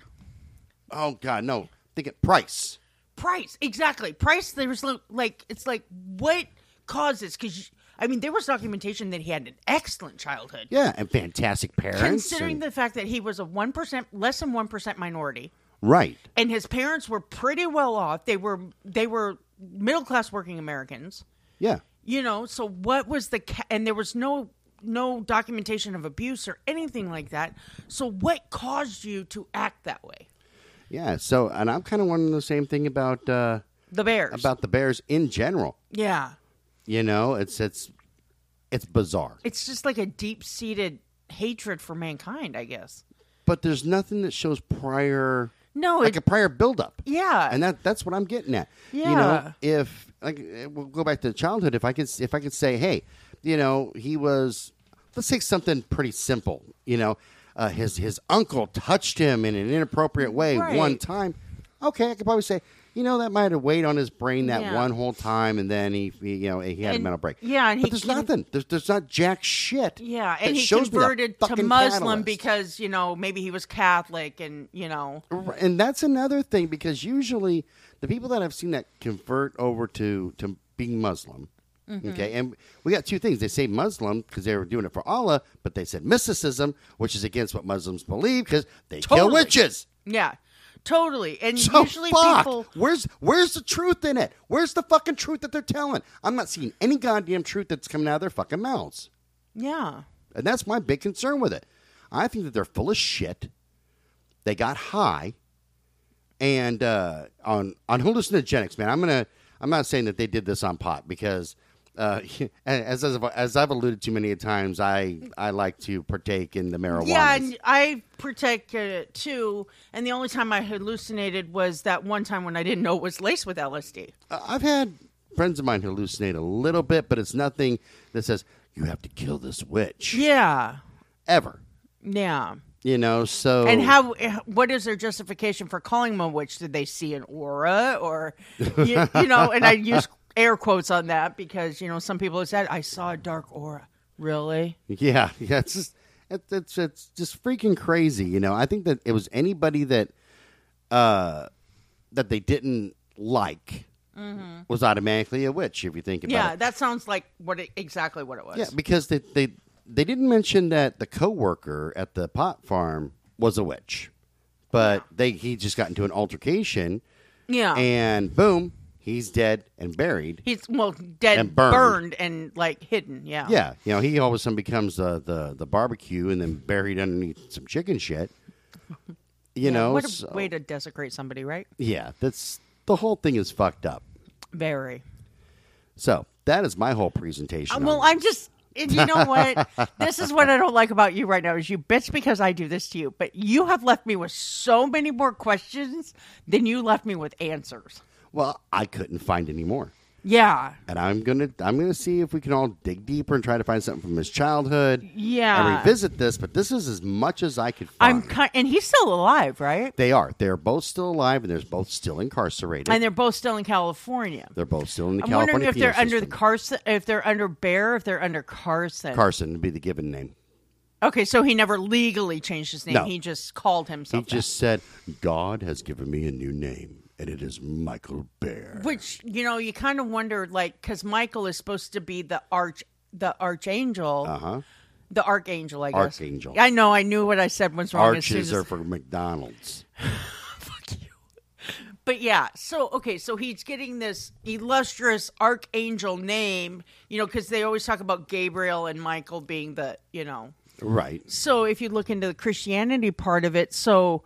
oh God, no. Think it Price.
Price, exactly. Price. There's li- like it's like what causes? Because I mean, there was documentation that he had an excellent childhood,
Yeah, and fantastic parents.
considering
and-
the fact that he was a one percent, less than one percent minority,
right.
and his parents were pretty well off. They were they were middle class working Americans.
Yeah.
you know so what was the ca- and there was no no documentation of abuse or anything like that so what caused you to act that way
Yeah. So, and I'm kind of wondering the same thing about uh,
the bears
about the Bears in general.
yeah
You know, it's it's it's bizarre.
it's just like a deep-seated hatred for mankind i guess
but there's nothing that shows prior
no
like
it,
a prior buildup
yeah
and that that's what i'm getting at you know
Yeah.
if like eh, we'll go back to childhood if i could s- if i could say hey you know he was let's take something pretty simple you know uh, his his uncle touched him in an inappropriate way one
Right.
time okay i could probably say you know that might have weighed on his brain that
Yeah.
one whole time, and then he, he, you know, he had a
And-
mental break.
yeah, and
but
he
there's
con-
nothing. There's, there's not jack shit.
yeah
that
and he
shows me the
converted to
fucking
muslim
catalyst.
because you know maybe he was catholic and you know
R- and that's another thing because usually the people that I've seen that convert over to to being Muslim,
Mm-hmm.
okay, and we got two things. They say Muslim because they were doing it for Allah, but they said mysticism, which is against what Muslims believe because they kill
Totally.
witches.
yeah totally and
So
usually
fuck.
people
where's where's the truth in it? Where's the fucking truth that they're telling? I'm not seeing any goddamn truth that's coming out of their fucking mouths.
yeah
And that's my big concern with it. I think that they're full of shit. They got high, and uh, on on hallucinogenics, man. I'm gonna. I'm not saying that they did this on pot because, uh, as, as I've- as I've alluded to many times, I I like to partake in the marijuana.
Yeah, and I protected it too. And the only time I hallucinated was that one time when I didn't know it was laced with LSD.
Uh, I've had friends of mine hallucinate a little bit, but it's nothing that says you have to kill this witch
Yeah,
ever.
yeah.
You know, so
And how? eh, What is their justification for calling them a witch? Did they see an aura, or you, you know? And I use air quotes on that because you know some people have said I saw a dark aura. Really?
Yeah, yeah, it's just it, it's it's just freaking crazy, you know. I think that it was anybody that uh that they didn't like was automatically a witch if you think about
Mm-hmm. Yeah,
it.
that sounds like what it, exactly what it was.
Yeah, because they they they didn't mention that the coworker at the pot farm was a witch. But they he just got into an altercation
Yeah.
and boom, he's dead and buried.
He's well dead,
And burned.
burned. and like hidden. Yeah.
Yeah, you know, he all of a sudden becomes the the, the barbecue and then buried underneath some chicken shit. You
Yeah,
know,
what a
so-
way to desecrate somebody, right?
yeah, that's the whole thing is fucked up.
Very.
So that is my whole presentation.
Uh, well,
on it.
I'm just. and you know what? this is what I don't like about you right now is you bitch because I do this to you, but you have left me with so many more questions than you left me with answers.
Well, I couldn't find any more.
Yeah.
And I'm gonna I'm gonna see if we can all dig deeper and try to find something from his childhood and
Yeah.
revisit this, but this is as much as I could find.
I'm kind, and he's still alive, right?
they are. They're both still alive and they're both still incarcerated.
And they're both still in California.
they're both still in the
I'm
California
wondering if
penal
they're under the
system.
Carson, if they're under Bear, if they're under Carson.
Carson would be the given name.
okay, so he never legally changed his name.
No.
He just called
He
himself. that.
just said, God has given me a new name, and it is Michael Bear.
Which you know, you kind of wonder, like, because Michael is supposed to be the arch, the archangel,
Uh huh.
the archangel, I guess.
Archangel.
I know, I knew what I said was wrong. as soon
Arches
as-
are for McDonald's.
But yeah, so okay, so he's getting this illustrious archangel name, you know, because they always talk about Gabriel and Michael being the, you know.
Right.
So if you look into the Christianity part of it, so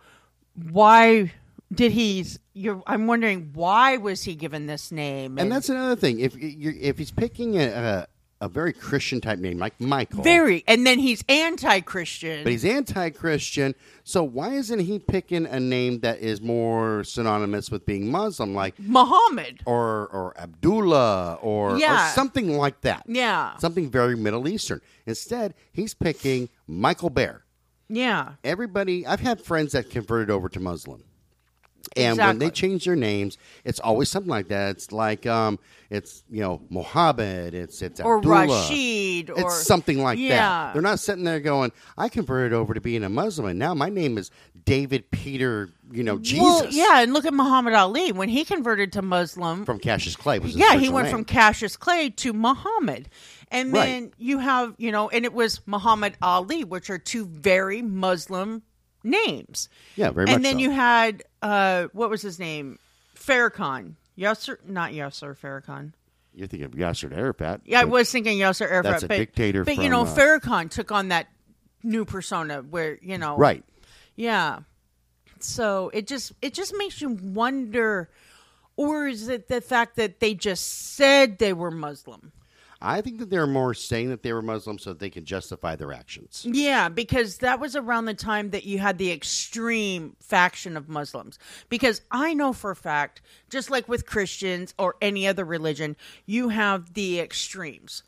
why did he? You're, I'm wondering why was he given this name?
And that's another thing. If you're, if he's picking a, a a very Christian type name like Michael,
very, and then he's anti-Christian.
but he's anti-Christian, so why isn't he picking a name that is more synonymous with being Muslim, like
Muhammad.
or or Abdullah or, or
Yeah.
something like that?
Yeah.
something very Middle Eastern. Instead, he's picking Michael Bear.
Yeah.
everybody I've had friends that converted over to Muslim. And when they
Exactly.
change their names, it's always something like that. It's like um it's you know, Mohammed, it's it's
Or
Abdullah.
Rashid or
It's something like
Yeah.
that. They're not sitting there going, I converted over to being a Muslim and now my name is David Peter, you know, Jesus
Well, yeah, and look at Muhammad Ali when he converted to Muslim.
from Cassius Clay. Was his
yeah, he
original
went
name.
from Cassius Clay to Muhammad. And
Right.
then you have, you know, and it was Muhammad Ali, which are two very Muslim names.
Yeah, very much
and then
so.
you had uh what was his name? Farrakhan. Yasser not Yasser Farrakhan.
You're thinking of Yasser Arafat.
Yeah, I
but
was thinking Yasser Arafat,
That's a
but
dictator
but you
from,
know,
uh,
Farrakhan took on that new persona where, you know,
Right.
yeah. So it just it just makes you wonder or is it the fact that they just said they were Muslim?
I think that they're more saying that they were Muslim so that they can justify their actions.
Yeah, because that was around the time that you had the extreme faction of Muslims. Because I know for a fact, just like with Christians or any other religion, you have the extremes.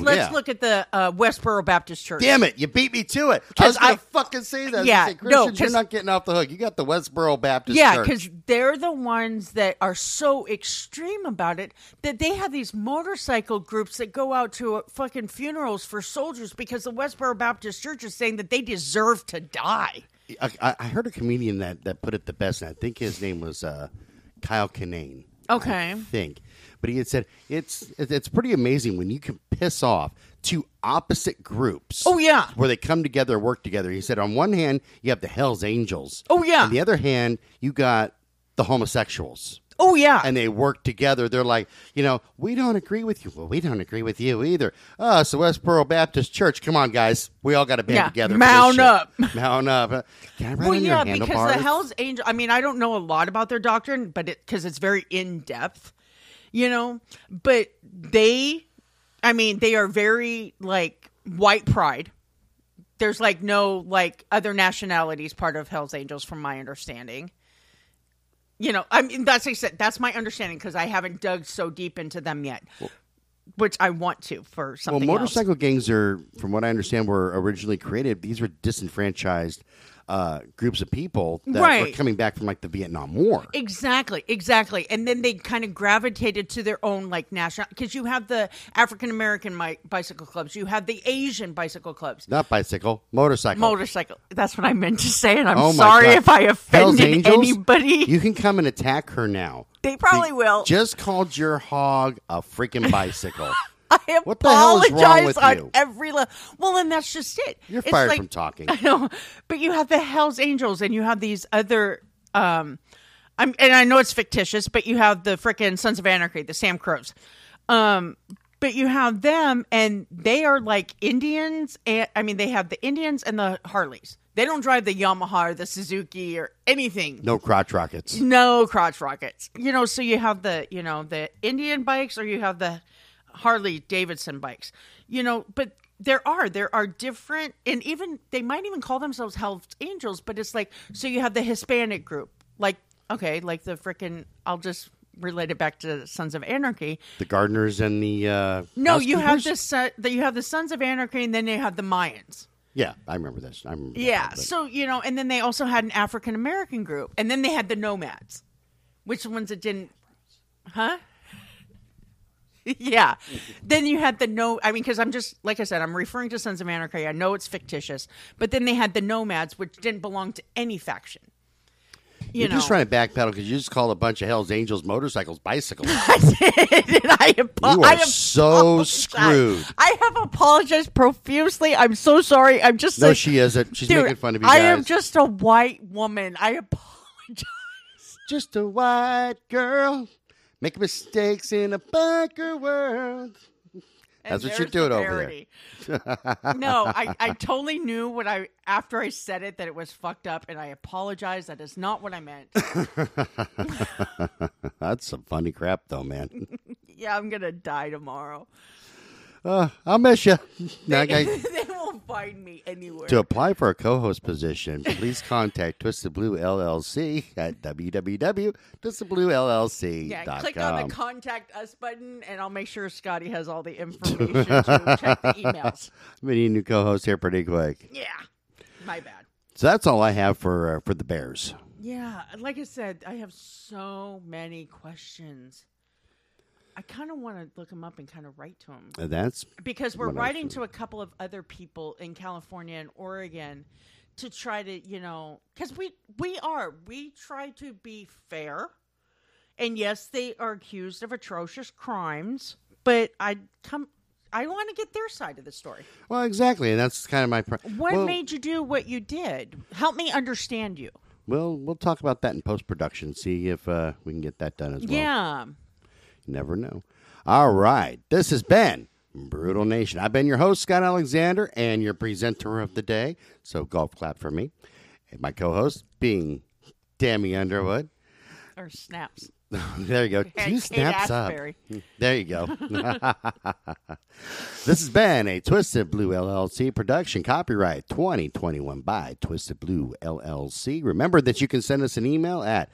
Oh,
let's
yeah.
look at the uh, Westboro Baptist Church.
Damn it, you beat me to it. I was gonna
I-
fucking say that.
Yeah,
Yeah,
no,
Christians, you're
'cause-
not getting off the hook. You got the Westboro Baptist
Yeah,
Church.
because they're the ones that are so extreme about it that they have these motorcycle groups that go out to uh, fucking funerals for soldiers because the Westboro Baptist Church is saying that they deserve to die.
I, I- I heard a comedian that, that put it the best, and I think his name was uh, Kyle Kinane.
Okay.
I think. But he had said, it's it- it's pretty amazing when you can piss off two opposite groups.
Oh, yeah.
Where they come together and work together. He said, on one hand, you have the Hells Angels.
Oh, yeah.
On the other hand, you got the homosexuals.
Oh, yeah.
and they work together. They're like, you know, we don't agree with you. Well, we don't agree with you either. Oh, so Westboro Baptist Church, come on, guys. We all got to band
Yeah,
together. for
mount
this shit.
up.
Mount up. Uh, Can I ride
well,
on your
yeah, because
handlebars?
the Hell's Angel. I mean, I don't know a lot about their doctrine, but it because it's very in depth, you know. But they, I mean, they are very like white pride. There's like no like other nationalities part of Hell's Angels, from my understanding. You know, I mean that's like I said, that's my understanding because I haven't dug so deep into them yet, which I want to for
well,
something. else.
motorcycle gangs are, from what I understand, were originally created. These were disenfranchised uh, groups of people that were
Right.
coming back from like the Vietnam War.
Exactly, exactly. And then they kind of gravitated to their own like national because you have the African American mi- bicycle clubs, you have the Asian bicycle clubs,
Not bicycle, motorcycle.
motorcycle. That's what I meant to say, and I'm
Oh my
sorry
God.
if I
Hell's
offended
Angels,
anybody.
You can come and attack her now.
they probably will.
Just called your hog a freaking bicycle.
I
what the hell is
apologize
wrong with
on
you?
every level. Well, and that's just it.
You're
It's
fired
like-
from talking.
I know, but you have the Hell's Angels, and you have these other. um I'm, and I know it's fictitious, but you have the frickin' Sons of Anarchy, the Sam Crows. Um, but you have them, and they are like Indians. And I mean, they have the Indians and the Harleys. They don't drive the Yamaha or the Suzuki or anything.
No crotch rockets.
No crotch rockets. You know, so you have the you know the Indian bikes, or you have the Harley Davidson bikes. You know, but there are there are different and even they might even call themselves Hells Angels, but it's like so you have the Hispanic group. Like okay, like the freaking I'll just relate it back to Sons of Anarchy.
The gardeners and the uh,
No, you have
housekeepers?
this uh, that you have the Sons of Anarchy and then you have the Mayans.
Yeah, I remember this. I remember. that
Yeah.
one, but-
So, you know, and then they also had an African American group. And then they had the nomads, which the ones that didn't, huh? yeah. Then you had the no, I mean, because I'm just, like I said, I'm referring to Sons of Anarchy. I know it's fictitious, but then they had the nomads, which didn't belong to any faction. You
you're
know,
just trying to backpedal because you just call a bunch of Hell's Angels motorcycles bicycles.
And I, apo-
You
I
are so
apologize.
screwed.
I have apologized profusely. I'm so sorry. I'm just
No,
like,
she isn't. She's
dude,
making fun of you
I
guys.
am just a white woman. I apologize.
Just a white girl making mistakes in a biker world. That's
And
what you're
there's the
doing over there.
parody. no, I, I totally knew when I after I said it that it was fucked up, and I apologize. That is not what I meant.
That's some funny crap, though, man.
yeah, I'm gonna die tomorrow.
Uh, I'll miss you. Now I got-
they won't find me anywhere.
to apply for a co-host position, please contact Twisted Blue LLC at www.twistedbluellc.com.
yeah, click on the contact us button, and I'll make sure Scotty has all the information to check the emails.
We need a new co-host here pretty quick.
Yeah, my bad.
So that's all I have for uh, for the Bears.
Yeah, like I said, I have so many questions. I kind of want to look them up and kind of write to them.
Uh, That's
because we're
What else
writing
is-
to a couple of other people in California and Oregon to try to, you know, because we we are we try to be fair, and yes, they are accused of atrocious crimes, but I come. I want to get their side of the story.
well, exactly, and that's kind of my. Pr-
What
well,
made you do what you did? Help me understand you.
We'll we'll talk about that in post production. See if uh, we can get that done as well.
yeah.
You never know. All right, this has been Brutal Nation. I've been your host Scott Alexander and your presenter of the day. So golf clap for me, and my co-host being Tammy Underwood.
Or snaps.
there you go.
And
Two
Kate
snaps up.
Asbury.
There you go. this has been a Twisted Blue LLC production, copyright 2021 by Twisted Blue LLC. Remember that you can send us an email at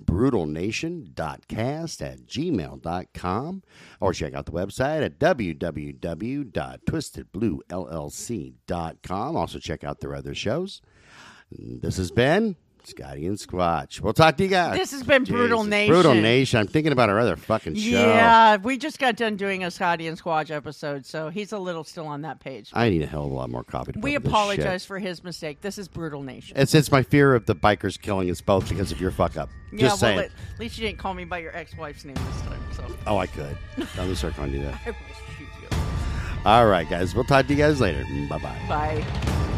brutalnation.cast at gmail.com or check out the website at www.twistedbluellc.com. Also, check out their other shows. This has been Scotty and Squatch. We'll talk to you guys.
This has been Brutal Nation.
Brutal Nation. I'm thinking about our other fucking show.
Yeah, we just got done doing a Scotty and Squatch episode, so he's a little still on that page.
I need a hell of a lot more coffee. To
We
put with this
apologize
shit.
for his mistake. This is Brutal Nation.
It's it's my fear of the bikers killing us both because of your fuck up.
yeah,
Just
well,
saying.
at least you didn't call me by your ex-wife's name this time, so
oh, I could. I'm gonna start calling you that.
I will shoot you.
All right, guys. We'll talk to you guys later. Bye bye.
Bye.